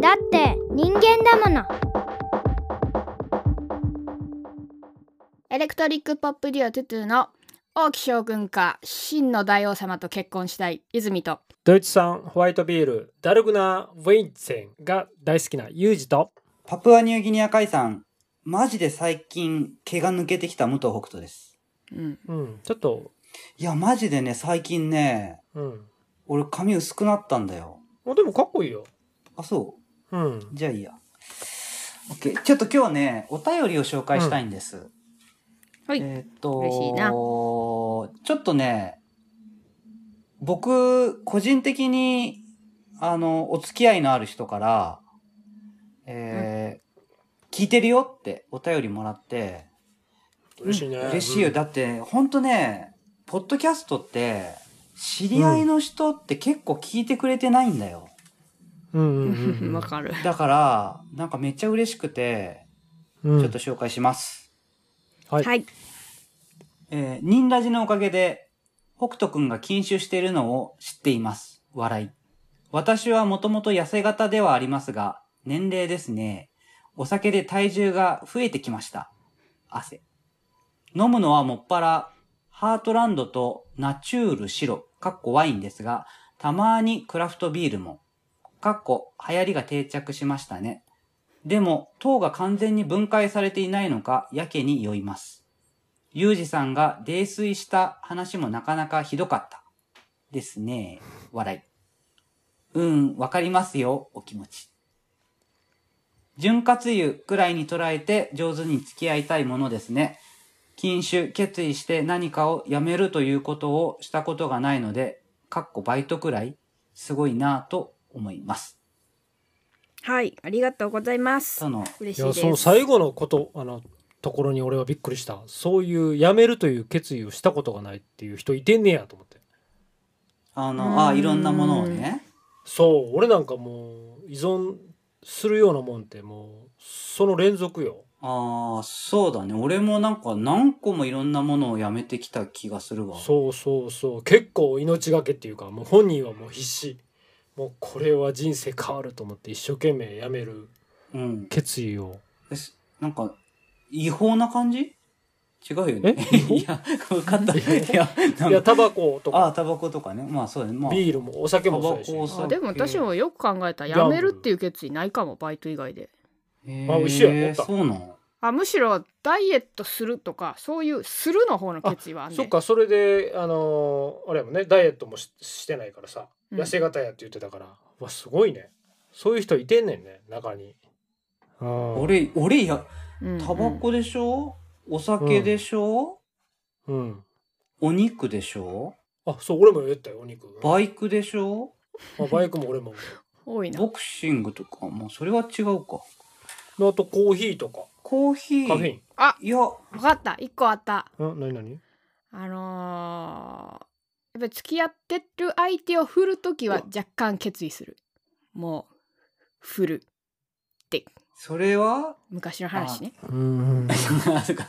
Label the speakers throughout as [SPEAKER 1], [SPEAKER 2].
[SPEAKER 1] だって人間だもの
[SPEAKER 2] エレクトリックポップデュオトゥトゥの王毅将軍か真の大王様と結婚したい泉と
[SPEAKER 3] ドイツ産ホワイトビールダルグナー・ウェイゼンが大好きなユージと
[SPEAKER 4] パプアニューギニア海産、マジで最近毛が抜けてきた武藤北斗です。
[SPEAKER 2] うん
[SPEAKER 3] うんちょっと
[SPEAKER 4] いや、マジでね、最近ね、
[SPEAKER 3] うん
[SPEAKER 4] 俺髪薄くなったんだよ。
[SPEAKER 3] あでもかっこいいよ
[SPEAKER 4] あ、そ
[SPEAKER 3] うん
[SPEAKER 4] う。じゃあいいや。オッケー。ちょっと今日はね、お便りを紹介したいんです。
[SPEAKER 2] はい
[SPEAKER 4] えーっと、
[SPEAKER 2] 嬉しいな
[SPEAKER 4] ちょっとね、僕、個人的に、あの、お付き合いのある人から、えー聞いてるよってお便りもらって、
[SPEAKER 3] 嬉しいね
[SPEAKER 4] 嬉しいよ。だって、ほんとね、ポッドキャストって、知り合いの人って結構聞いてくれてないんだよ。
[SPEAKER 3] うんうんうん うん
[SPEAKER 2] わかる
[SPEAKER 4] だから、なんかめっちゃ嬉しくて、
[SPEAKER 3] うん
[SPEAKER 4] ちょっと紹介します。
[SPEAKER 3] はい
[SPEAKER 2] はい
[SPEAKER 4] えー、ニンラジのおかげで、北斗くんが禁酒しているのを知っています。笑い。私はもともと痩せ型ではありますが、年齢ですね。お酒で体重が増えてきました。汗。飲むのはもっぱら、ハートランドとナチュール白、かっこワインですが、たまにクラフトビールも、かっこ流行りが定着しましたね。でも、糖が完全に分解されていないのか、やけに酔います。ユージさんが泥酔した話もなかなかひどかった。ですね。笑い。うん、わかりますよ、お気持ち。潤滑油くらいに捉えて上手に付き合いたいものですね。禁酒、決意して何かをやめるということをしたことがないので、かっこバイトくらい、すごいなぁと思います。
[SPEAKER 5] はい、ありがとうございます。
[SPEAKER 4] との、
[SPEAKER 5] 嬉しい
[SPEAKER 3] いや
[SPEAKER 5] です。
[SPEAKER 3] その最後のことあのところに俺はびっくりしたそういう辞めるという決意をしたことがないっていう人いてんねやと思って
[SPEAKER 4] あの、あいろんなものをね。
[SPEAKER 3] そう俺なんかもう依存するようなもんってもうその連続よ
[SPEAKER 4] ああ、そうだね。俺もなんか何個もいろんなものをやめてきた気がするわ。
[SPEAKER 3] そうそうそう結構命がけっていうかもう本人はもう必死もうこれは人生変わると思って一生懸命辞める
[SPEAKER 4] うん。
[SPEAKER 3] 決意を
[SPEAKER 4] えすなんか、違法な感じ違うよね。
[SPEAKER 3] え
[SPEAKER 4] いや、分か った。いや、ない
[SPEAKER 3] や
[SPEAKER 4] んか、
[SPEAKER 3] タバコと
[SPEAKER 4] あ
[SPEAKER 3] か
[SPEAKER 4] あ、タバコとかね。まあそうだね。まあ、
[SPEAKER 3] ビールもお酒もそうやし
[SPEAKER 4] タバコお酒
[SPEAKER 2] あでも私もよく考えた
[SPEAKER 3] ギャ
[SPEAKER 2] ら
[SPEAKER 3] ン
[SPEAKER 2] 辞
[SPEAKER 3] ブル
[SPEAKER 2] めるっていう決意ないかもバイト以外で
[SPEAKER 4] へ
[SPEAKER 3] あ美味しいよ
[SPEAKER 4] ー
[SPEAKER 3] おった
[SPEAKER 4] そうなの
[SPEAKER 2] あむしろダイエットするとかそういうするの方の決意はあんね
[SPEAKER 3] そっかそれであのーあれやもんねダイエットもししてないからさ
[SPEAKER 2] うん
[SPEAKER 3] 痩せ型やって言ってたから、うわすごいねそういう人いてんねんね中にうん
[SPEAKER 4] 俺、俺いや、
[SPEAKER 2] うんうん
[SPEAKER 4] タバコでしょお酒でしょ、
[SPEAKER 3] うん
[SPEAKER 4] お肉でしょ
[SPEAKER 3] あそう俺も言ったよお肉
[SPEAKER 4] バイクでしょ
[SPEAKER 3] あバイクも俺も
[SPEAKER 2] 多いな
[SPEAKER 4] ボクシングとか、まあそれは違うか。
[SPEAKER 3] あとコーヒーとか
[SPEAKER 4] コーヒー。
[SPEAKER 3] カフェイン
[SPEAKER 4] いや、
[SPEAKER 2] 分かった一個あった
[SPEAKER 3] うん何何
[SPEAKER 2] あのー、やっぱ付き合ってる相手を振るときは若干決意するもう振る
[SPEAKER 4] それは
[SPEAKER 2] 昔の話ね
[SPEAKER 3] うん
[SPEAKER 4] あ そっか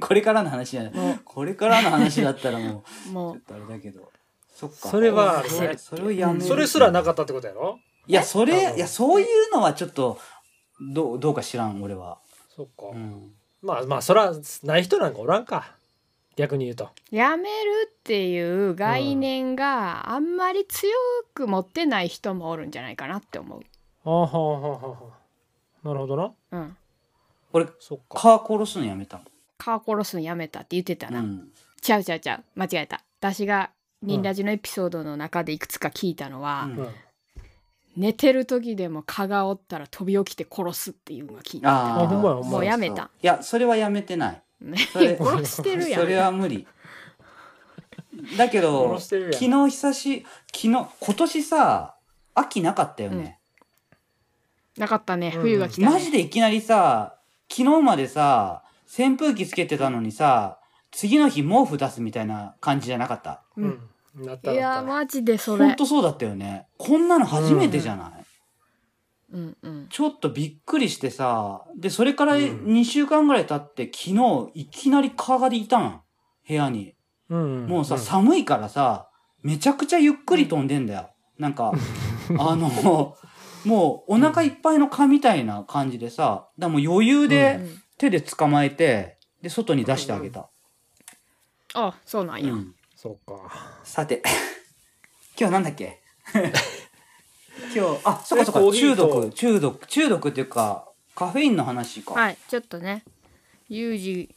[SPEAKER 4] これからの話じゃない。
[SPEAKER 2] も
[SPEAKER 4] これからの話だったらもう。
[SPEAKER 2] うも
[SPEAKER 4] ちょっとあれだけど。そっか。
[SPEAKER 3] それはあるね
[SPEAKER 4] それそれをやめる
[SPEAKER 3] それすらなかったってことやろ
[SPEAKER 4] いや、そ
[SPEAKER 3] 多
[SPEAKER 4] れ、
[SPEAKER 3] 分
[SPEAKER 4] いや、そういうのはちょっと、どう、どうか知らん、俺は。
[SPEAKER 3] そっか、
[SPEAKER 4] うん。
[SPEAKER 3] まあまあそらない人なんかおらんか逆に言うと
[SPEAKER 2] うやめるっていう概念があんまり強く持ってない人もおるんじゃないかなって思う
[SPEAKER 3] あはあはあはあなるほどな
[SPEAKER 2] うん
[SPEAKER 4] 俺、
[SPEAKER 3] そっか
[SPEAKER 4] 蚊殺すのやめた
[SPEAKER 2] 顔殺すのやめたって言ってた
[SPEAKER 4] の。
[SPEAKER 2] な、
[SPEAKER 4] うん。
[SPEAKER 2] ちゃうちゃうちゃう間違えた私がニンラジのエピソードの中でいくつか聞いたのは、
[SPEAKER 4] うん
[SPEAKER 2] 寝てる時でも蚊がおったら飛び起きて殺すっていうのが聞いた
[SPEAKER 4] あ
[SPEAKER 3] あほんまやほんまや
[SPEAKER 2] もうやめた
[SPEAKER 4] いや、それはやめてない。
[SPEAKER 2] ね
[SPEAKER 4] それ
[SPEAKER 2] 殺してるやん
[SPEAKER 4] それは無理。だけど、
[SPEAKER 3] 殺してるやん
[SPEAKER 4] 昨日久し、昨日、今年さ、秋なかったよね。
[SPEAKER 2] なかったね
[SPEAKER 3] うん
[SPEAKER 2] 冬が来た、ね
[SPEAKER 4] マジでいきなりさ、昨日までさ、扇風機つけてたのにさ、次の日毛布出すみたいな感じじゃなかった。
[SPEAKER 3] う、
[SPEAKER 2] うん
[SPEAKER 3] なった
[SPEAKER 2] い
[SPEAKER 3] な
[SPEAKER 2] や
[SPEAKER 3] った、
[SPEAKER 2] マジでそ
[SPEAKER 4] ほん
[SPEAKER 2] れ
[SPEAKER 4] とそうだったよね。こんなの初めてじゃない、
[SPEAKER 2] うんうん
[SPEAKER 4] ちょっとびっくりしてさ、で、それから
[SPEAKER 3] うん
[SPEAKER 4] 2週間ぐらい経って、昨日いきなり蚊がいたん。部屋に。
[SPEAKER 3] うん
[SPEAKER 4] もうさ、
[SPEAKER 3] ん
[SPEAKER 4] 寒いからさ、めちゃくちゃゆっくり飛んでんだよ。なんか、あの、もうお腹いっぱいの蚊みたいな感じでさ、だからもう余裕
[SPEAKER 2] う
[SPEAKER 4] で
[SPEAKER 2] ん
[SPEAKER 4] 手で捕まえて、で、外に出してあげた。
[SPEAKER 2] あ、そうなんや。
[SPEAKER 4] うん
[SPEAKER 3] そうか。
[SPEAKER 4] さて、 今日なんだ っけ今日、あ、そっかそ
[SPEAKER 3] えコー
[SPEAKER 4] っか、
[SPEAKER 3] ヒー
[SPEAKER 4] 中
[SPEAKER 3] と
[SPEAKER 4] 毒、中毒、中毒っていうか、カフェインの話か。
[SPEAKER 2] はい、ちょっとね、ユージ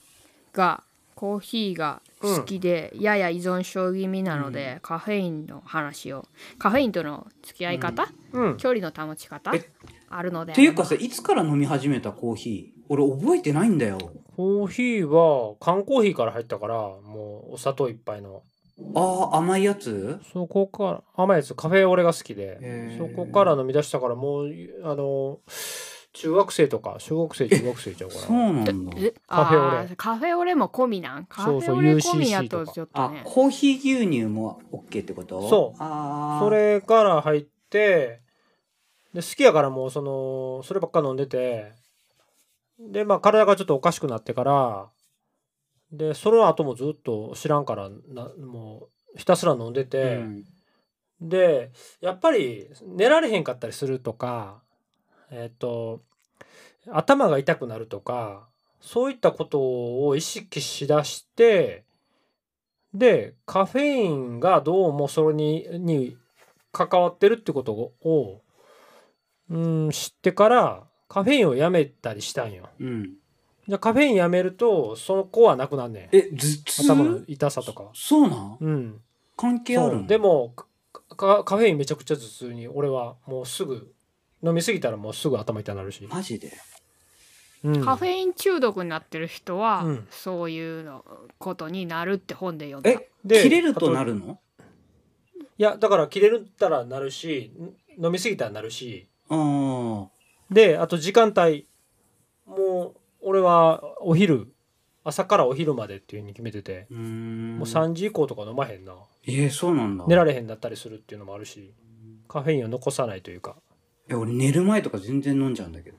[SPEAKER 2] がコーヒーが好きで、やや依存症気味なので、カフェインの話を、カフェインとの付き合い方、
[SPEAKER 3] うん。
[SPEAKER 2] 距離の保ち方
[SPEAKER 4] え
[SPEAKER 2] あるので。
[SPEAKER 4] っていうかさ、いつから飲み始めたコーヒー俺覚えてないんだよ。
[SPEAKER 3] コーヒーは缶コーヒーから入ったからもうお砂糖いっぱいの
[SPEAKER 4] ああ、甘いやつ
[SPEAKER 3] そこから甘いやつカフェオレが好きで
[SPEAKER 4] へー
[SPEAKER 3] そこから飲み出したからもうあの中学生とか小学生中学生ちゃうか
[SPEAKER 4] そう
[SPEAKER 3] ら
[SPEAKER 4] なんだ。
[SPEAKER 2] え
[SPEAKER 3] カフェオレ
[SPEAKER 2] あーカフェオレも込みなんカフ
[SPEAKER 3] そうそ
[SPEAKER 2] ェ
[SPEAKER 3] う
[SPEAKER 2] オレ込み
[SPEAKER 3] UCC
[SPEAKER 2] やとちょっと
[SPEAKER 4] あ
[SPEAKER 2] ね、
[SPEAKER 4] コーヒー牛乳も OK ってこと
[SPEAKER 3] そう
[SPEAKER 4] あー
[SPEAKER 3] そ。れから入ってで好きやからもうそのそればっか飲んでてでまあ体がちょっとおかしくなってからでその後もずっと知らんからなもうひたすら飲んで
[SPEAKER 4] う
[SPEAKER 3] て。
[SPEAKER 4] ん
[SPEAKER 3] でやっぱり寝られへんかったりするとかえっ、と頭が痛くなるとかそういったことを意識しだしてでカフェインがどうもそれにに関わってるってことを、うん、知ってからカフェインをやめたりしたんよ。
[SPEAKER 4] うん。
[SPEAKER 3] じゃあカフェインやめるとその子はなくなんねん
[SPEAKER 4] え、頭痛
[SPEAKER 3] 頭の痛さとか。
[SPEAKER 4] そうなん
[SPEAKER 3] うん
[SPEAKER 4] 関係ある
[SPEAKER 3] そ
[SPEAKER 4] の
[SPEAKER 3] うでもかかカフェインめちゃくちゃ頭痛に俺はもうすぐ飲みすぎたらもうすぐ頭痛なるし、
[SPEAKER 4] マジで
[SPEAKER 3] うん
[SPEAKER 2] カフェイン中毒になってる人は、
[SPEAKER 3] うん
[SPEAKER 2] そういうのことになるって本で読んだ
[SPEAKER 4] え、切れるとなるの
[SPEAKER 3] いやだから切れるったらなるしん飲みすぎたらなるし
[SPEAKER 4] あー
[SPEAKER 3] であと時間帯もう俺はお昼朝からお昼までっていうふうに決めてて、
[SPEAKER 4] うーん。
[SPEAKER 3] もう3時以降とか飲まへんな
[SPEAKER 4] えー、そうなんだ。
[SPEAKER 3] 寝られへんだったりするっていうのもあるしカフェインを残さないというか
[SPEAKER 4] え、俺寝る前とか全然飲んじゃうんだけど。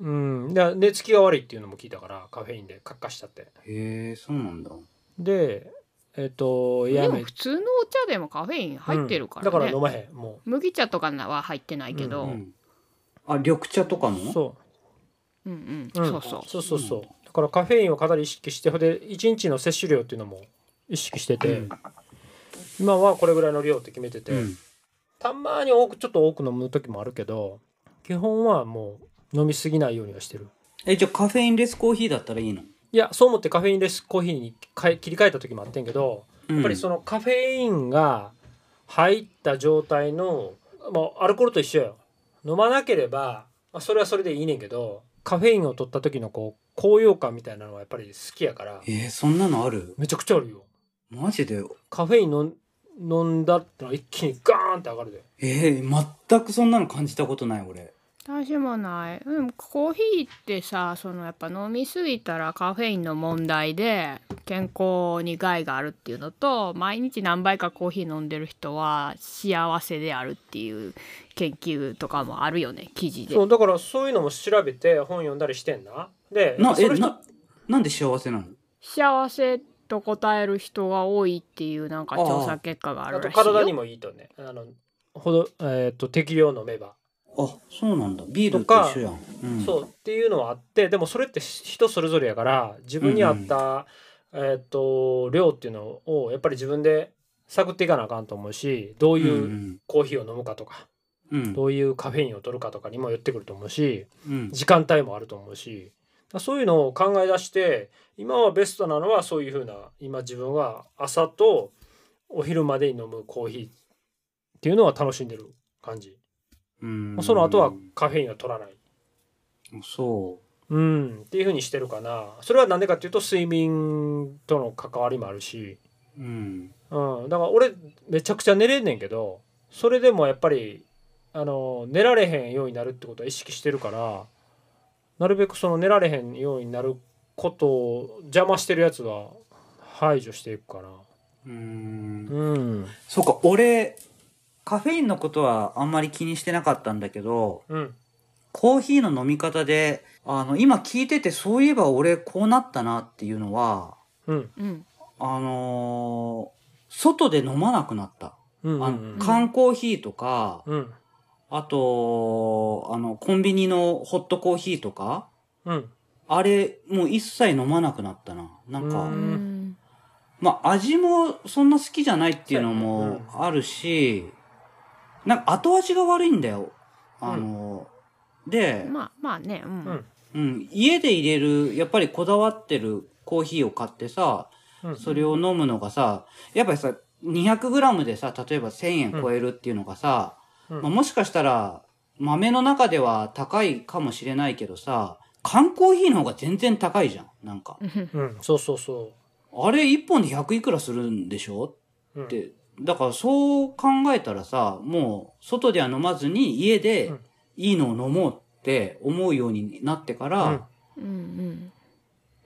[SPEAKER 3] うんだから寝つきが悪いっていうのも聞いたからカフェインでカッカしちゃって
[SPEAKER 4] へえ、そうなんだ。
[SPEAKER 3] でえっ、と
[SPEAKER 2] で
[SPEAKER 3] や
[SPEAKER 2] も
[SPEAKER 3] め
[SPEAKER 2] 普通のお茶でもカフェイン入ってるからね、
[SPEAKER 3] うんだから飲まへんも
[SPEAKER 2] 麦茶とかは入ってないけど、
[SPEAKER 3] う
[SPEAKER 2] うんんう
[SPEAKER 3] う
[SPEAKER 4] うんんあ、緑茶とか
[SPEAKER 3] う
[SPEAKER 4] も
[SPEAKER 3] そ
[SPEAKER 2] うん
[SPEAKER 3] う、うん、
[SPEAKER 2] そうそう
[SPEAKER 3] そうそうそうだからカフェインをかなり意識してほんで1日の摂取量っていうのも意識してて、
[SPEAKER 4] うん
[SPEAKER 3] 今はこれぐらいの量って決めてて、
[SPEAKER 4] うん。
[SPEAKER 3] たまに多くちょっと多く飲む時もあるけど基本はもう飲みすぎないようにはしてる
[SPEAKER 4] え、じゃあカフェインレスコーヒーだったらいいの
[SPEAKER 3] いやそう思ってカフェインレスコーヒーに変え切り替えた時もあってんけど
[SPEAKER 4] や
[SPEAKER 3] やっぱりそのカフェインが入った状態の、まあ、アルコールと一緒よ飲まなければ、まあ、それはそれでいいねんけどカフェインを取った時のこう高揚感みたいなのはやっぱり好きやから
[SPEAKER 4] えー、そんなのある
[SPEAKER 3] めちゃくちゃあるよ
[SPEAKER 4] マジで
[SPEAKER 3] カフェインの飲んだら一気にガーンって上がるで
[SPEAKER 4] えー、全くそんなの感じたことない俺。
[SPEAKER 2] 私もないでもコーヒーってさそのやっぱ飲みすぎたらカフェインの問題で健康に害があるっていうのと毎日何杯かコーヒー飲んでる人は幸せであるっていう研究とかもあるよね記事で
[SPEAKER 3] そうだからそういうのも調べて本読んだりしてんなで
[SPEAKER 4] な、え、
[SPEAKER 3] それ
[SPEAKER 4] な、なんで幸せなの
[SPEAKER 2] 幸せと答える人が多いっていうなんか調査結果があ
[SPEAKER 3] あ
[SPEAKER 2] る
[SPEAKER 3] と
[SPEAKER 2] らしいよ
[SPEAKER 3] 体にもいいとねあのほど、えー、と適量飲めば、
[SPEAKER 4] あ、そうなんだ。ビー
[SPEAKER 3] と
[SPEAKER 4] ルと
[SPEAKER 3] か
[SPEAKER 4] 一緒やん。うん、
[SPEAKER 3] そうっていうのはあってでもそれって人それぞれやから自分に合った、えー、と量っていうのをやっぱり自分で探っていかなあかんと思うしどう
[SPEAKER 4] う
[SPEAKER 3] いうんコーヒーを飲むかとか、
[SPEAKER 4] うん。うん。
[SPEAKER 3] どういうカフェインを取るかとかにも寄ってくると思うし
[SPEAKER 4] うん。
[SPEAKER 3] 時間帯もあると思うしだからそういうのを考え出して今はベストなのはそういうふうな今自分は朝とお昼までに飲むコーヒーっていうのは楽しんでる感じ、
[SPEAKER 4] うん
[SPEAKER 3] その後はカフェインを取らない。
[SPEAKER 4] そ
[SPEAKER 3] うん、っていうふうにしてるかなそれはなんでかっていうと睡眠との関わりもあるし、
[SPEAKER 4] う。うん。
[SPEAKER 3] うん、だから俺めちゃくちゃ寝れんねんけどそれでもやっぱりあの寝られへんようになるってことは意識してるからなるべくその寝られへんようになることを邪魔してるやつは排除していくかな。
[SPEAKER 4] うん。
[SPEAKER 3] うん、
[SPEAKER 4] そうか、俺、カフェインのことはあんまり気にしてなかったんだけど、
[SPEAKER 3] うん、
[SPEAKER 4] コーヒーの飲み方で、あの、今聞いてて、そういえば俺こうなったなっていうのは、
[SPEAKER 3] うん、
[SPEAKER 2] うん
[SPEAKER 4] あのー外で飲まなくなった。
[SPEAKER 3] うん、う
[SPEAKER 4] あの
[SPEAKER 3] ん、
[SPEAKER 4] 缶コーヒーとか、
[SPEAKER 3] うん、
[SPEAKER 4] あと、あの、コンビニのホットコーヒーとか、
[SPEAKER 3] うん。
[SPEAKER 4] あれ、もう一切飲まなくなったな。なんか、
[SPEAKER 3] う
[SPEAKER 2] うんん
[SPEAKER 4] まあ、味もそんな好きじゃないっていうのもあるし、なんか後味が悪いんだよ。あの、で、
[SPEAKER 2] まあまあね、うん
[SPEAKER 3] うん
[SPEAKER 4] うん、家で入れる、やっぱりこだわってるコーヒーを買ってさ、
[SPEAKER 3] うん
[SPEAKER 4] それを飲むのがさ、やっぱりさ、200g でさ、例えば1000円超えるっていうのがさ、
[SPEAKER 3] うん
[SPEAKER 4] まあもしかしたら、豆の中では高いかもしれないけどさ、缶コーヒーの方が全然高いじゃん。なんか。
[SPEAKER 3] うん。そうそうそ
[SPEAKER 4] あれ1本で100いくらするんでしょ
[SPEAKER 3] う。うん
[SPEAKER 4] っ。て、だからそう考えたらさ、もう外では飲まずに家
[SPEAKER 3] う
[SPEAKER 4] で
[SPEAKER 3] ん
[SPEAKER 4] いいのを飲もうって思うようになってから、
[SPEAKER 3] うん
[SPEAKER 2] うんうん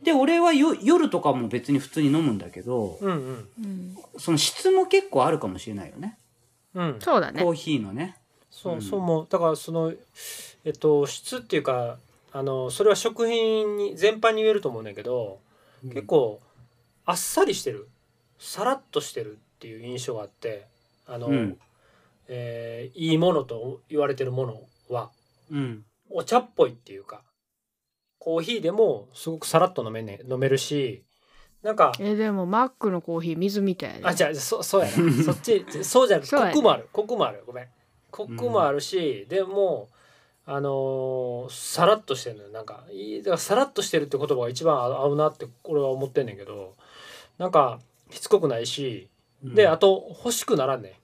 [SPEAKER 4] で、俺はよ夜とかも別に普通に飲むんだけど、
[SPEAKER 3] うんうん。
[SPEAKER 2] うん
[SPEAKER 4] その質も結構あるかもしれないよね。
[SPEAKER 3] うん。
[SPEAKER 2] そうだね
[SPEAKER 4] コーヒーのね。
[SPEAKER 3] そううんそうもうだからそのえっと質っていうかあのそれは食品に全般に言えると思うんだけど、結構あっさりしてるさらっとしてるっていう印象があってあの、
[SPEAKER 4] うん
[SPEAKER 3] えーいいものと言われてるものは
[SPEAKER 4] うん。
[SPEAKER 3] お茶っぽいっていうかコーヒーでもすごくさらっと飲め,、ね、飲めるしなんか
[SPEAKER 2] えでもマックのコーヒー水みたいな
[SPEAKER 3] あじゃあそそうやなそっちそうじゃなくて
[SPEAKER 2] そうやね
[SPEAKER 3] コクもあるコクもあるごめんコクもあるし、でもあのーさらっとしてるのよなんかいいだからさらっとしてるって言葉が一番合うなって俺は思ってんねんけどなんかしつこくないし
[SPEAKER 4] うん
[SPEAKER 3] であ、と欲しくならんね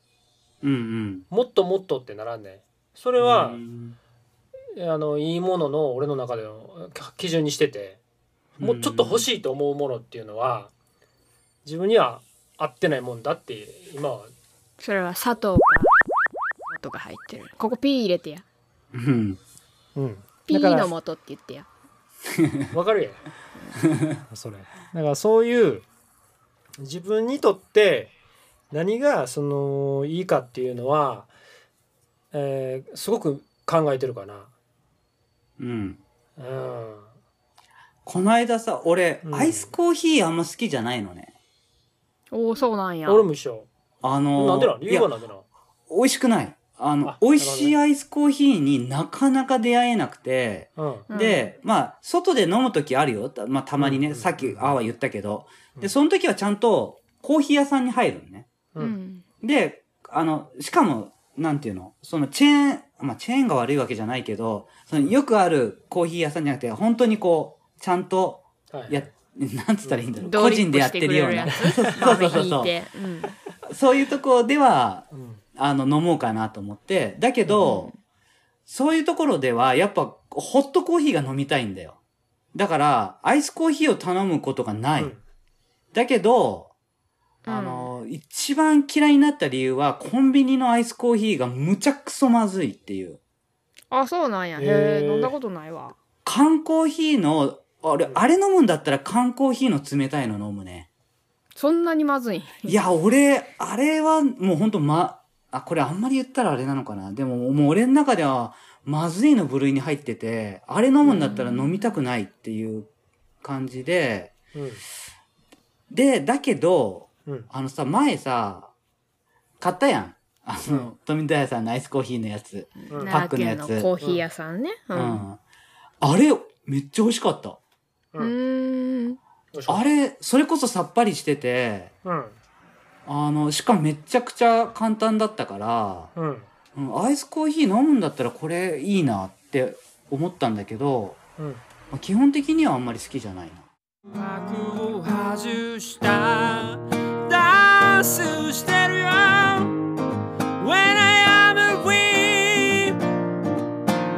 [SPEAKER 4] うんうん。
[SPEAKER 3] んもっともっとってならんねんそ
[SPEAKER 4] こ
[SPEAKER 3] れは、あのいいものの俺の中での基準にしててもうちょっと欲
[SPEAKER 4] い。
[SPEAKER 3] しいと思うものっていうのは自分には合ってないもんだって今は
[SPEAKER 2] それは砂糖かとか入ってるここピー入れてや
[SPEAKER 4] うん。
[SPEAKER 3] うん、
[SPEAKER 2] ピ
[SPEAKER 3] だか
[SPEAKER 2] ー
[SPEAKER 3] ら
[SPEAKER 2] の素って言ってや
[SPEAKER 3] わかるやん それだからそういう自分にとって何がそのいいかっていうのは、えーすごく考えてるかな
[SPEAKER 4] うん。
[SPEAKER 3] うん
[SPEAKER 4] この間さ、俺、
[SPEAKER 3] うん
[SPEAKER 4] アイスコーヒーあんま好きじゃないのね。
[SPEAKER 2] おおそうなんや
[SPEAKER 3] 俺も一緒
[SPEAKER 4] あのー
[SPEAKER 3] なんでなん理
[SPEAKER 4] い
[SPEAKER 3] 由
[SPEAKER 4] や
[SPEAKER 3] はなんでなん
[SPEAKER 4] 美味しくない。あの、
[SPEAKER 3] あ
[SPEAKER 4] 美味しいアイスコーヒーになかなか出会えなくて、
[SPEAKER 3] うん
[SPEAKER 2] うん
[SPEAKER 4] で、まあ、外で飲むときあるよ。たまあ、たまにね、
[SPEAKER 3] うん
[SPEAKER 4] さっき、あは言ったけど。
[SPEAKER 3] うん
[SPEAKER 4] で、その時はちゃんと、コーヒー屋さんに入るのね。
[SPEAKER 3] う
[SPEAKER 2] うんん
[SPEAKER 4] で、あの、しかも、なんていうのそのチェーン、まあ、チェーンが悪いわけじゃないけど、そのよくあるコーヒー屋さんじゃなくて、本当にこう、ちゃんと、
[SPEAKER 3] はい
[SPEAKER 4] や、なんつったらいいんだろう。
[SPEAKER 2] 同
[SPEAKER 4] 個
[SPEAKER 2] 立
[SPEAKER 4] 人でやってるような。そう そうそう
[SPEAKER 2] 引い
[SPEAKER 4] そ
[SPEAKER 2] てうん
[SPEAKER 4] う。そういうとこでは、
[SPEAKER 3] うん
[SPEAKER 4] あの、飲もうかなと思って。だけど、そういうところでは、やっぱ、ホットコーヒーが飲みたいんだよ。だから、アイスコーヒーを頼むことがない。
[SPEAKER 3] うん
[SPEAKER 4] だけど、
[SPEAKER 2] うん
[SPEAKER 4] あの、一番嫌いになった理由は、コンビニのアイスコーヒーがむちゃくそまずいっていう。
[SPEAKER 2] あそうなんや
[SPEAKER 3] へ
[SPEAKER 2] へ
[SPEAKER 3] ー
[SPEAKER 2] え飲んだことないわ
[SPEAKER 4] 缶コーヒーの、あれ、あれ飲むんだったら缶コーヒーの冷たいの飲むね。
[SPEAKER 2] そんなにまずい
[SPEAKER 4] いや、俺、あれはもうほんとま、あ、これあんまり言ったらあれなのかな。でも、もう俺の中では、まずいの部類に入ってて、あれ飲むんだったら飲みたくないっていう感じで、
[SPEAKER 3] うん
[SPEAKER 4] で、だけど、
[SPEAKER 3] うん
[SPEAKER 4] あのさ、前さ、買ったやん。あの、
[SPEAKER 3] うん
[SPEAKER 4] 富田屋さんのアイスコーヒーのやつ。
[SPEAKER 3] うん
[SPEAKER 4] パックのやつ
[SPEAKER 2] 奈良県コーヒー屋さんねう
[SPEAKER 4] うんん。あれ、めっちゃ美味しかった。
[SPEAKER 2] うーん
[SPEAKER 3] よいしょ
[SPEAKER 4] あれ、それこそさっぱりしてて、
[SPEAKER 3] うん
[SPEAKER 4] あの、しかもめちゃくちゃ簡単だったから、
[SPEAKER 3] うん
[SPEAKER 4] うん、アイスコーヒー飲むんだったらこれいいなって思ったんだけど、
[SPEAKER 3] うん
[SPEAKER 4] まあ、基本的にはあんまり好きじゃないな。
[SPEAKER 6] 幕を外したダンスしてるよ When I am a we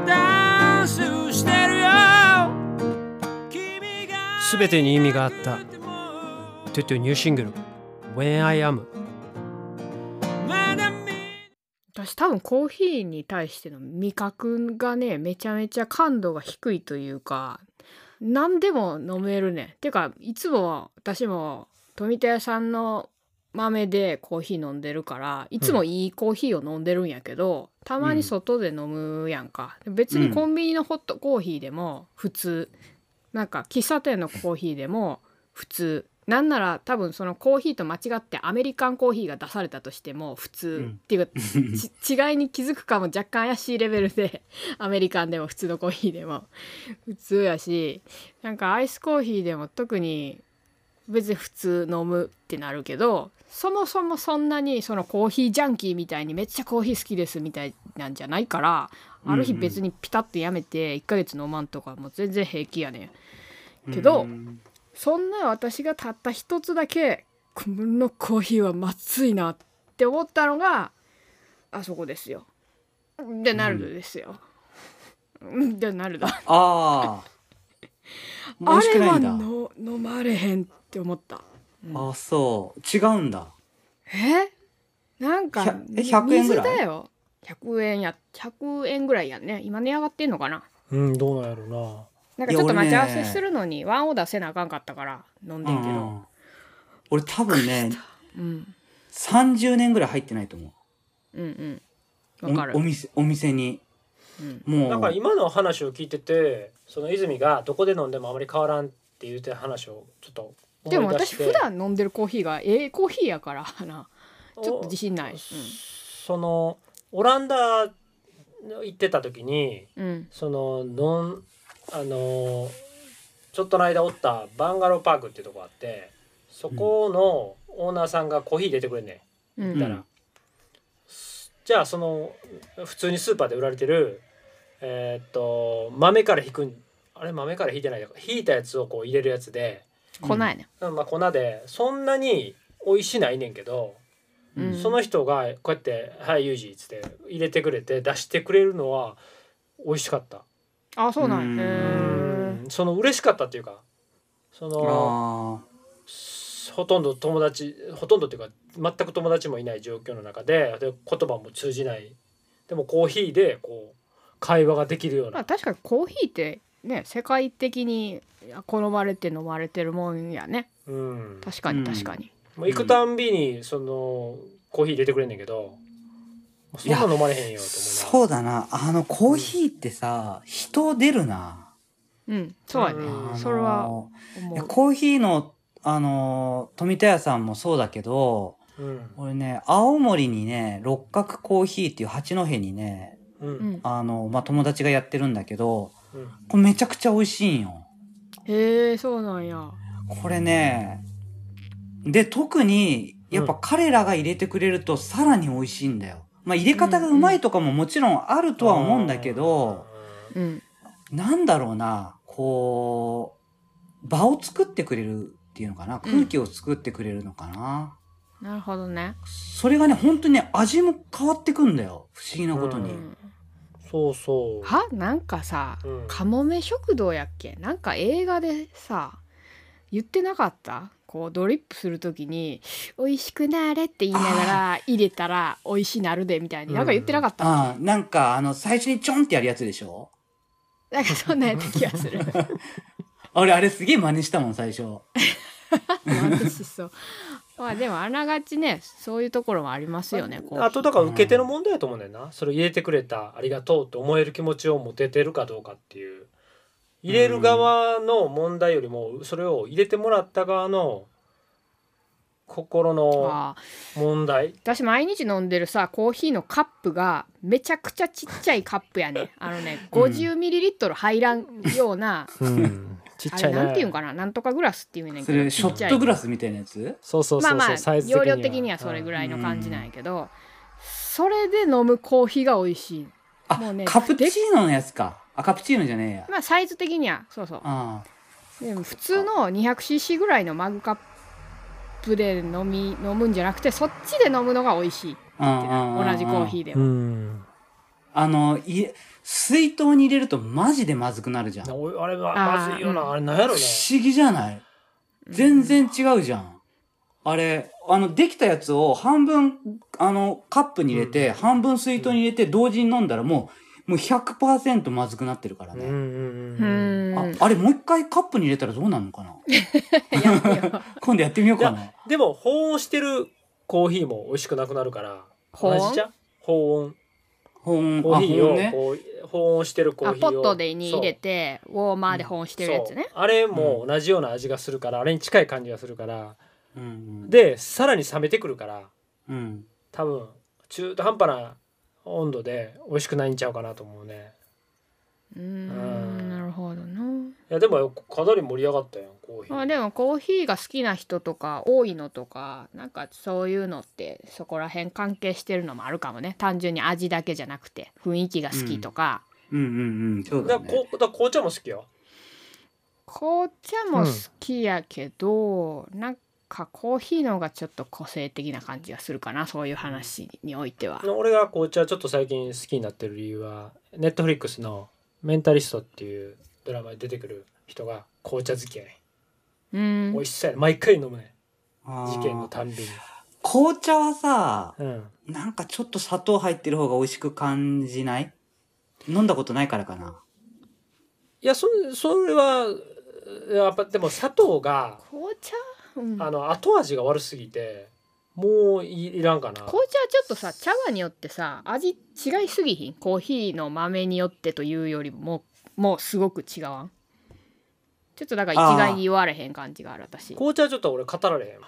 [SPEAKER 6] ダンスしてるよ
[SPEAKER 3] 全てに意味があったトゥトゥニューシングル「When I Am
[SPEAKER 6] まだ見
[SPEAKER 2] 私多分コーヒーに対しての味覚がねめちゃめちゃ感度が低いというか何でも飲めるねてかいつも私も富田屋さんの豆でコーヒー飲んでるからいつもいいコーヒーを飲んでるんやけど、たまに外で飲むやんか別にコンビニのホットコーヒーでも普通なんか喫茶店のコーヒーでも普通なんなら多分そのコーヒーと間違ってアメリカンコーヒーが出されたとしても普通、
[SPEAKER 4] うん
[SPEAKER 2] っていうか ち違いに気づくかも若干怪しいレベルで アメリカンでも普通のコーヒーでも普通やしなんかアイスコーヒーでも特に別に普通飲むってなるけどそもそもそんなにそのコーヒージャンキーみたいにめっちゃコーヒー好きですみたいなんじゃないからある日別にピタッとやめて1ヶ月飲まんとかも全然平気やねんけど
[SPEAKER 4] うん
[SPEAKER 2] そんな私がたった一つだけこのコーヒーはまずいなって思ったのがあそこですよ。でナルドですよ。うんでナルド。あ
[SPEAKER 4] ああ。美味しく
[SPEAKER 2] れ
[SPEAKER 4] な
[SPEAKER 2] はい
[SPEAKER 4] んだ。
[SPEAKER 2] の飲まれへんって思った。
[SPEAKER 4] ああ、そう。違うんだ。
[SPEAKER 2] えなん
[SPEAKER 4] ひゃ
[SPEAKER 2] か
[SPEAKER 4] え100円ぐらい
[SPEAKER 2] 水だよ。100円や100円ぐらいやんね。今値上がってんのかな
[SPEAKER 3] うんどうなんやろな
[SPEAKER 2] なんかちょっと待
[SPEAKER 4] い
[SPEAKER 2] ち合
[SPEAKER 4] や
[SPEAKER 2] わ
[SPEAKER 4] 俺ね
[SPEAKER 2] せするのにワンオーダーせなあかんかったから飲んでんけ
[SPEAKER 4] う
[SPEAKER 2] ど。
[SPEAKER 4] ん俺多分ね、
[SPEAKER 2] うん
[SPEAKER 4] 30年ぐらい入ってないと思う。
[SPEAKER 2] うんうん。
[SPEAKER 4] お
[SPEAKER 2] わかる
[SPEAKER 4] お。店、お店に。
[SPEAKER 2] うん
[SPEAKER 4] もう。
[SPEAKER 3] だから今の話を聞いててその泉がどこで飲んでもあまり変わらんって言ってる話をちょっと思い出し
[SPEAKER 2] で
[SPEAKER 3] て
[SPEAKER 2] も私普段飲んでるコーヒーがええコーヒーやからなちょっと自信ない
[SPEAKER 3] そのオランダ行ってた時に
[SPEAKER 2] うん、うん、
[SPEAKER 3] そののんあのちょっとの間おったバンガローパークっていうとこあってそこのオーナーさんがコーヒー入れてくれんねん。
[SPEAKER 2] うん
[SPEAKER 4] うん
[SPEAKER 3] だからじゃあその普通にスーパーで売られてるえーっと豆から引くんあれ豆から引いてないか引いたやつをこう入れるやつで、
[SPEAKER 2] 来ないね
[SPEAKER 3] まあ、粉でそんなに美味しないねんけど、
[SPEAKER 2] うん
[SPEAKER 3] その人がこうやって「はいユージ」っつって入れてくれて出してくれるのは美味しかった
[SPEAKER 2] あそうなんや
[SPEAKER 4] う
[SPEAKER 2] へー
[SPEAKER 3] その嬉しかったっていうかその
[SPEAKER 4] あ
[SPEAKER 3] ほとんど友達ほとんどっていうか全く友達もいない状況の中でで言葉も通じないでもコーヒーでこう会話ができるよう
[SPEAKER 2] まあ
[SPEAKER 3] な
[SPEAKER 2] 確かにコーヒーってね世界的に好まれて飲まれてるもんやね
[SPEAKER 3] うん
[SPEAKER 2] 確か
[SPEAKER 4] う
[SPEAKER 2] に
[SPEAKER 4] ん
[SPEAKER 2] 確かに、
[SPEAKER 3] もう行くたんびにそのコーヒー入れてくれんねんけどそん
[SPEAKER 4] や
[SPEAKER 3] な飲まれへん
[SPEAKER 4] あ。
[SPEAKER 3] よと思いながら
[SPEAKER 4] そうだな。あの、コーヒーってさ、人出るな。
[SPEAKER 2] うんそうやね
[SPEAKER 3] うん
[SPEAKER 4] あの
[SPEAKER 2] それは。思
[SPEAKER 4] いや
[SPEAKER 2] う
[SPEAKER 4] コーヒーの、あのー、富田屋さんもそうだけど、
[SPEAKER 3] うん
[SPEAKER 4] 俺ね、青森にね、六角コーヒーっていう八戸にね、
[SPEAKER 3] うん
[SPEAKER 2] うん
[SPEAKER 4] あの、まあ、友達がやってるんだけど、
[SPEAKER 3] うん
[SPEAKER 4] これめちゃくちゃ美味しいんよ。
[SPEAKER 2] へえそうなんや
[SPEAKER 4] これね、で、特に、やっぱ彼らが入れてくれるとさらに美味しいんだよ。まあ、入れ方がうまいとかももちろんあるとは思うんだけど、
[SPEAKER 2] うん
[SPEAKER 4] なんだろうな、こう、場を作ってくれるっていうのかな、空気を作ってくれるのかな。
[SPEAKER 2] なるほどね、
[SPEAKER 4] それがね、本当にね、味も変わってくんだよ。不思議なこと
[SPEAKER 2] う
[SPEAKER 4] に。
[SPEAKER 2] ん、
[SPEAKER 3] そうそう
[SPEAKER 2] はなんかさ
[SPEAKER 3] うん
[SPEAKER 2] かもめ食堂やっけなんか映画でさ言ってなかったこうドリップする時に「美味しくなれ」って言いながら入れたら美味しなるでみたいになんか言ってなかった、
[SPEAKER 4] ああ、なんか、あの、最初にちょんってやるやつでしょ
[SPEAKER 2] なんかそんなやった気が する
[SPEAKER 4] 俺、あれすげえ真似したもん、最初。
[SPEAKER 2] 私そうまあでもあながちねそういうところもありますよねこう
[SPEAKER 3] あとだから受け手の問題やと思うねんだよなそれ入れてくれたありがとうと思える気持ちを持ててるかどうかっていう入れる側の問題よりもそれを入れてもらった側の心の
[SPEAKER 2] ああ
[SPEAKER 3] 問題
[SPEAKER 2] 私毎日飲んでるさコーヒーのカップがめちゃくちゃちっちゃいカップやねあのね 50ml 入らんような、
[SPEAKER 3] ちっ
[SPEAKER 2] あ
[SPEAKER 3] ちゃ
[SPEAKER 2] れ
[SPEAKER 3] い
[SPEAKER 2] なんていうん
[SPEAKER 3] ね
[SPEAKER 2] かななんとかグラスっていうねん
[SPEAKER 4] そ
[SPEAKER 2] けど
[SPEAKER 4] れ、ショットグラスみたいなやつ
[SPEAKER 3] そうそう
[SPEAKER 2] ま
[SPEAKER 3] そ
[SPEAKER 2] あ
[SPEAKER 3] う
[SPEAKER 2] ま
[SPEAKER 3] そうサ
[SPEAKER 2] あ
[SPEAKER 3] イズ的に
[SPEAKER 2] 容
[SPEAKER 3] は
[SPEAKER 2] 量的にはそれぐらいの感じなんやけどそれで飲むコーヒーが美味しい
[SPEAKER 4] あ、
[SPEAKER 2] もうね
[SPEAKER 4] カプチーノのやつか。あ、カプチーノじゃねえや。
[SPEAKER 2] まあサイズ的にはそうそう
[SPEAKER 4] あ
[SPEAKER 2] でも普通の 200cc ぐらいのマグカップで飲み飲むんじゃなくてそっちで飲むのが美味しいって
[SPEAKER 4] あうんうんうんうん
[SPEAKER 2] 同じコーヒーで
[SPEAKER 3] う
[SPEAKER 2] も
[SPEAKER 3] ん
[SPEAKER 4] あの、いえ、水筒に入れるとマジでまずくなるじゃん。不
[SPEAKER 3] おいあれはまずいよ
[SPEAKER 2] あーう
[SPEAKER 3] なあれなんやろね
[SPEAKER 4] 思議じゃない全然違うじゃん。あれ、あの、できたやつを半分、あの、カップに入れて、半分水筒に入れて、同時に飲んだらもう、もう100%まずくなってるから
[SPEAKER 3] うんう
[SPEAKER 4] ね。
[SPEAKER 2] うんん
[SPEAKER 4] ああれ、もう一回カップに入れたらどうなるのかな
[SPEAKER 2] やってよ
[SPEAKER 4] 今度やってみようかな。
[SPEAKER 3] でも保温してるコーヒーも美味しくなくなるから
[SPEAKER 2] 保
[SPEAKER 3] 同
[SPEAKER 2] 温
[SPEAKER 3] じじゃん保温
[SPEAKER 4] 保 温
[SPEAKER 3] コーヒー
[SPEAKER 4] あ
[SPEAKER 3] を
[SPEAKER 4] 保温ね
[SPEAKER 3] こう保温してるコー
[SPEAKER 2] あ
[SPEAKER 3] ヒー
[SPEAKER 2] ポ
[SPEAKER 3] を
[SPEAKER 2] ットでに入れ
[SPEAKER 3] そう
[SPEAKER 2] てウォーマーで保温してるやつね
[SPEAKER 3] そうあれも同じような味がするからあれに近い感じがするから
[SPEAKER 4] うんうん
[SPEAKER 3] でさらに冷めてくるから
[SPEAKER 4] うん
[SPEAKER 3] 多分中途半端な温度で美味しくないんちゃうかなと思うね
[SPEAKER 2] うー
[SPEAKER 3] うん
[SPEAKER 2] んなるほどない
[SPEAKER 3] やでもかなり盛り上がったよコーヒー
[SPEAKER 2] まあでもコーヒーが好きな人とか多いのとかなんかそういうのってそこら辺関係してるのもあるかもね単純に味だけじゃなくて雰囲気が好きとか、
[SPEAKER 4] うんうんうんそう
[SPEAKER 3] だ
[SPEAKER 4] だ
[SPEAKER 3] か
[SPEAKER 4] ね
[SPEAKER 3] らこだから紅茶も好きよ
[SPEAKER 2] 紅茶も好きやけど、なんかコーヒーの方がちょっと個性的な感じがするかなそういう話においては。
[SPEAKER 3] 俺が紅茶ちょっと最近好きになってる理由はネットフリックスの「メンタリスト」っていうドラマで出てくる人が紅茶好きやね
[SPEAKER 2] うん
[SPEAKER 3] んもう一切毎回飲むね
[SPEAKER 4] あ
[SPEAKER 3] ん
[SPEAKER 4] ー
[SPEAKER 3] 事件のたんびに
[SPEAKER 4] 紅茶はさ
[SPEAKER 3] うん
[SPEAKER 4] なんかちょっと砂糖入ってる方が美味しく感じない飲んだことないからかな。
[SPEAKER 3] いやそそれはいややっぱでも砂糖が
[SPEAKER 2] 紅茶、うん
[SPEAKER 3] あの後味が悪すぎてもういいらんかな
[SPEAKER 2] 紅茶はちょっとさ茶葉によってさ味違いすぎひんコーヒーの豆によってというよりももうすごく違わんちょっとだから一概に言われへん感じがある私
[SPEAKER 3] 紅茶ちょっと俺語られへんわ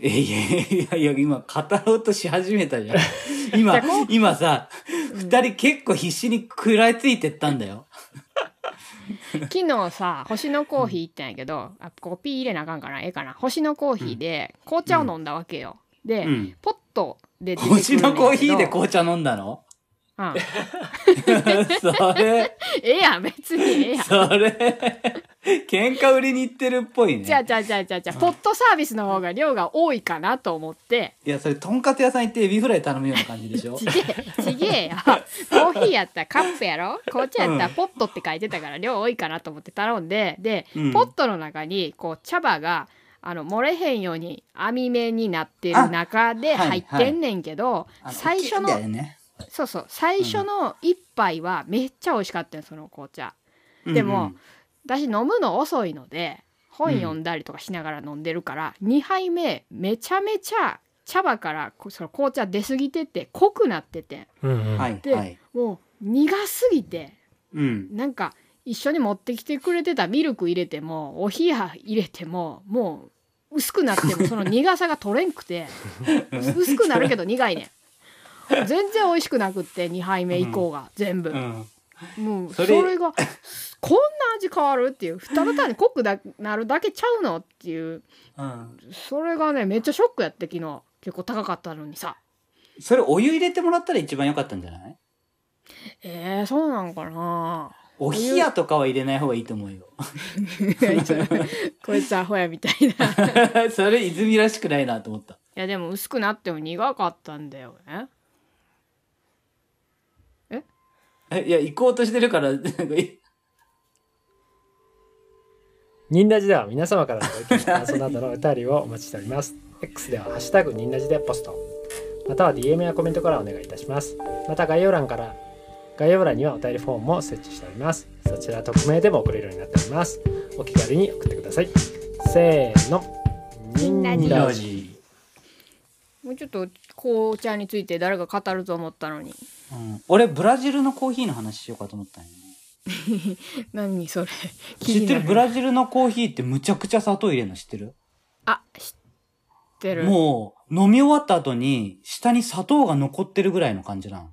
[SPEAKER 4] えいやいやいや、今語ろうとし始 めたじゃん。今、今さ、二、人結構必死に食らいついてったんだよ。
[SPEAKER 2] 昨日 さ星のコーヒー行ったんやけど、あここピー入れなあかんかなええかな星のコーヒーで紅茶を飲んだわけよ、で、
[SPEAKER 4] うん。
[SPEAKER 2] ポットで出てくるんやけ
[SPEAKER 4] 星
[SPEAKER 2] ど
[SPEAKER 4] のコーヒーで紅茶飲ん だの
[SPEAKER 2] うん
[SPEAKER 4] それ、
[SPEAKER 2] ええやん別にええやん
[SPEAKER 4] それ、喧嘩売りに行ってるっぽい
[SPEAKER 2] じゃあ
[SPEAKER 4] ね。
[SPEAKER 2] じゃあじゃあじゃあじゃあポットサービスの方が量が多いかなと思って
[SPEAKER 4] いや、それ、とんかつ屋さん行ってエビフライ頼むような感じでしょ
[SPEAKER 2] ちげえ、ちげえよ。コーヒーやったらカップやろ紅茶やったらポットって書いてたから量多いかなと思って頼んで、で、
[SPEAKER 4] うん
[SPEAKER 2] ポットの中にこう茶葉があの漏れへんように網目になってる中で
[SPEAKER 4] あは
[SPEAKER 2] 入
[SPEAKER 4] い
[SPEAKER 2] ってんねんけど、
[SPEAKER 4] あ
[SPEAKER 2] 最初
[SPEAKER 4] 大きいんだよ
[SPEAKER 2] の、
[SPEAKER 4] ね
[SPEAKER 2] そうそう、最初の一杯はめっちゃ美味しかったよ、その紅茶。でも、私飲むの遅いので、本読んだりとかしながら飲んでるから、2杯目めちゃめちゃ茶葉からこその紅茶出過ぎてて濃くなってて
[SPEAKER 3] うん
[SPEAKER 4] うんうんは
[SPEAKER 3] う
[SPEAKER 4] い、
[SPEAKER 2] で
[SPEAKER 4] はい。
[SPEAKER 2] もう苦すぎて
[SPEAKER 4] うん。
[SPEAKER 2] なんか一緒に持ってきてくれてたミルク入れてもお冷や入れてももう薄くなって もその苦さが取れんくて薄くなるけど苦いねん全然美味しくなくって2杯目以降が全部、
[SPEAKER 4] うん。
[SPEAKER 2] もう
[SPEAKER 4] そ
[SPEAKER 2] そ
[SPEAKER 4] れ
[SPEAKER 2] れがこんな味変わるっていうただ単に濃くだなるだけちゃうのっていう
[SPEAKER 4] うん。
[SPEAKER 2] それがねめっちゃショックやって昨日結構高かったのにさ
[SPEAKER 4] それ、お湯入れてもらったら一番良かったんじゃない
[SPEAKER 2] えー、そうなんかな
[SPEAKER 4] お冷やとかは入れない方がいいと思うよ。
[SPEAKER 2] いやちょっとこいつアホやみたいない
[SPEAKER 4] それ泉らしくないなと思った。
[SPEAKER 2] やでも薄くなっても苦かったんだよね
[SPEAKER 4] えいや、行こうとしてるから、なんかい
[SPEAKER 3] 忍ラジでは皆様からのご意見感想などのお便りをお待ちしております X では「ハッシュタグ忍ラジでポストまたは DM やコメントからお願いいたしますまた概要欄から概要欄にはお便りフォームも設置しておりますそちら匿名でも送れるようになっておりますお気軽に送ってくださいせーの
[SPEAKER 1] 忍ラジ
[SPEAKER 4] ラジ
[SPEAKER 2] もうちょっと紅茶について誰が語ると思ったのに
[SPEAKER 4] うん、俺、ブラジルのコーヒーの話しようかと思ったんよね。
[SPEAKER 2] 何それ 気
[SPEAKER 4] 知っ
[SPEAKER 2] に
[SPEAKER 4] て
[SPEAKER 2] な
[SPEAKER 4] るブラジルのコーヒーってむちゃくちゃ砂糖入れるの知ってる
[SPEAKER 2] あ知ってる
[SPEAKER 4] もう、飲み終わった後に、下に砂糖が残ってるぐらいの感じなの。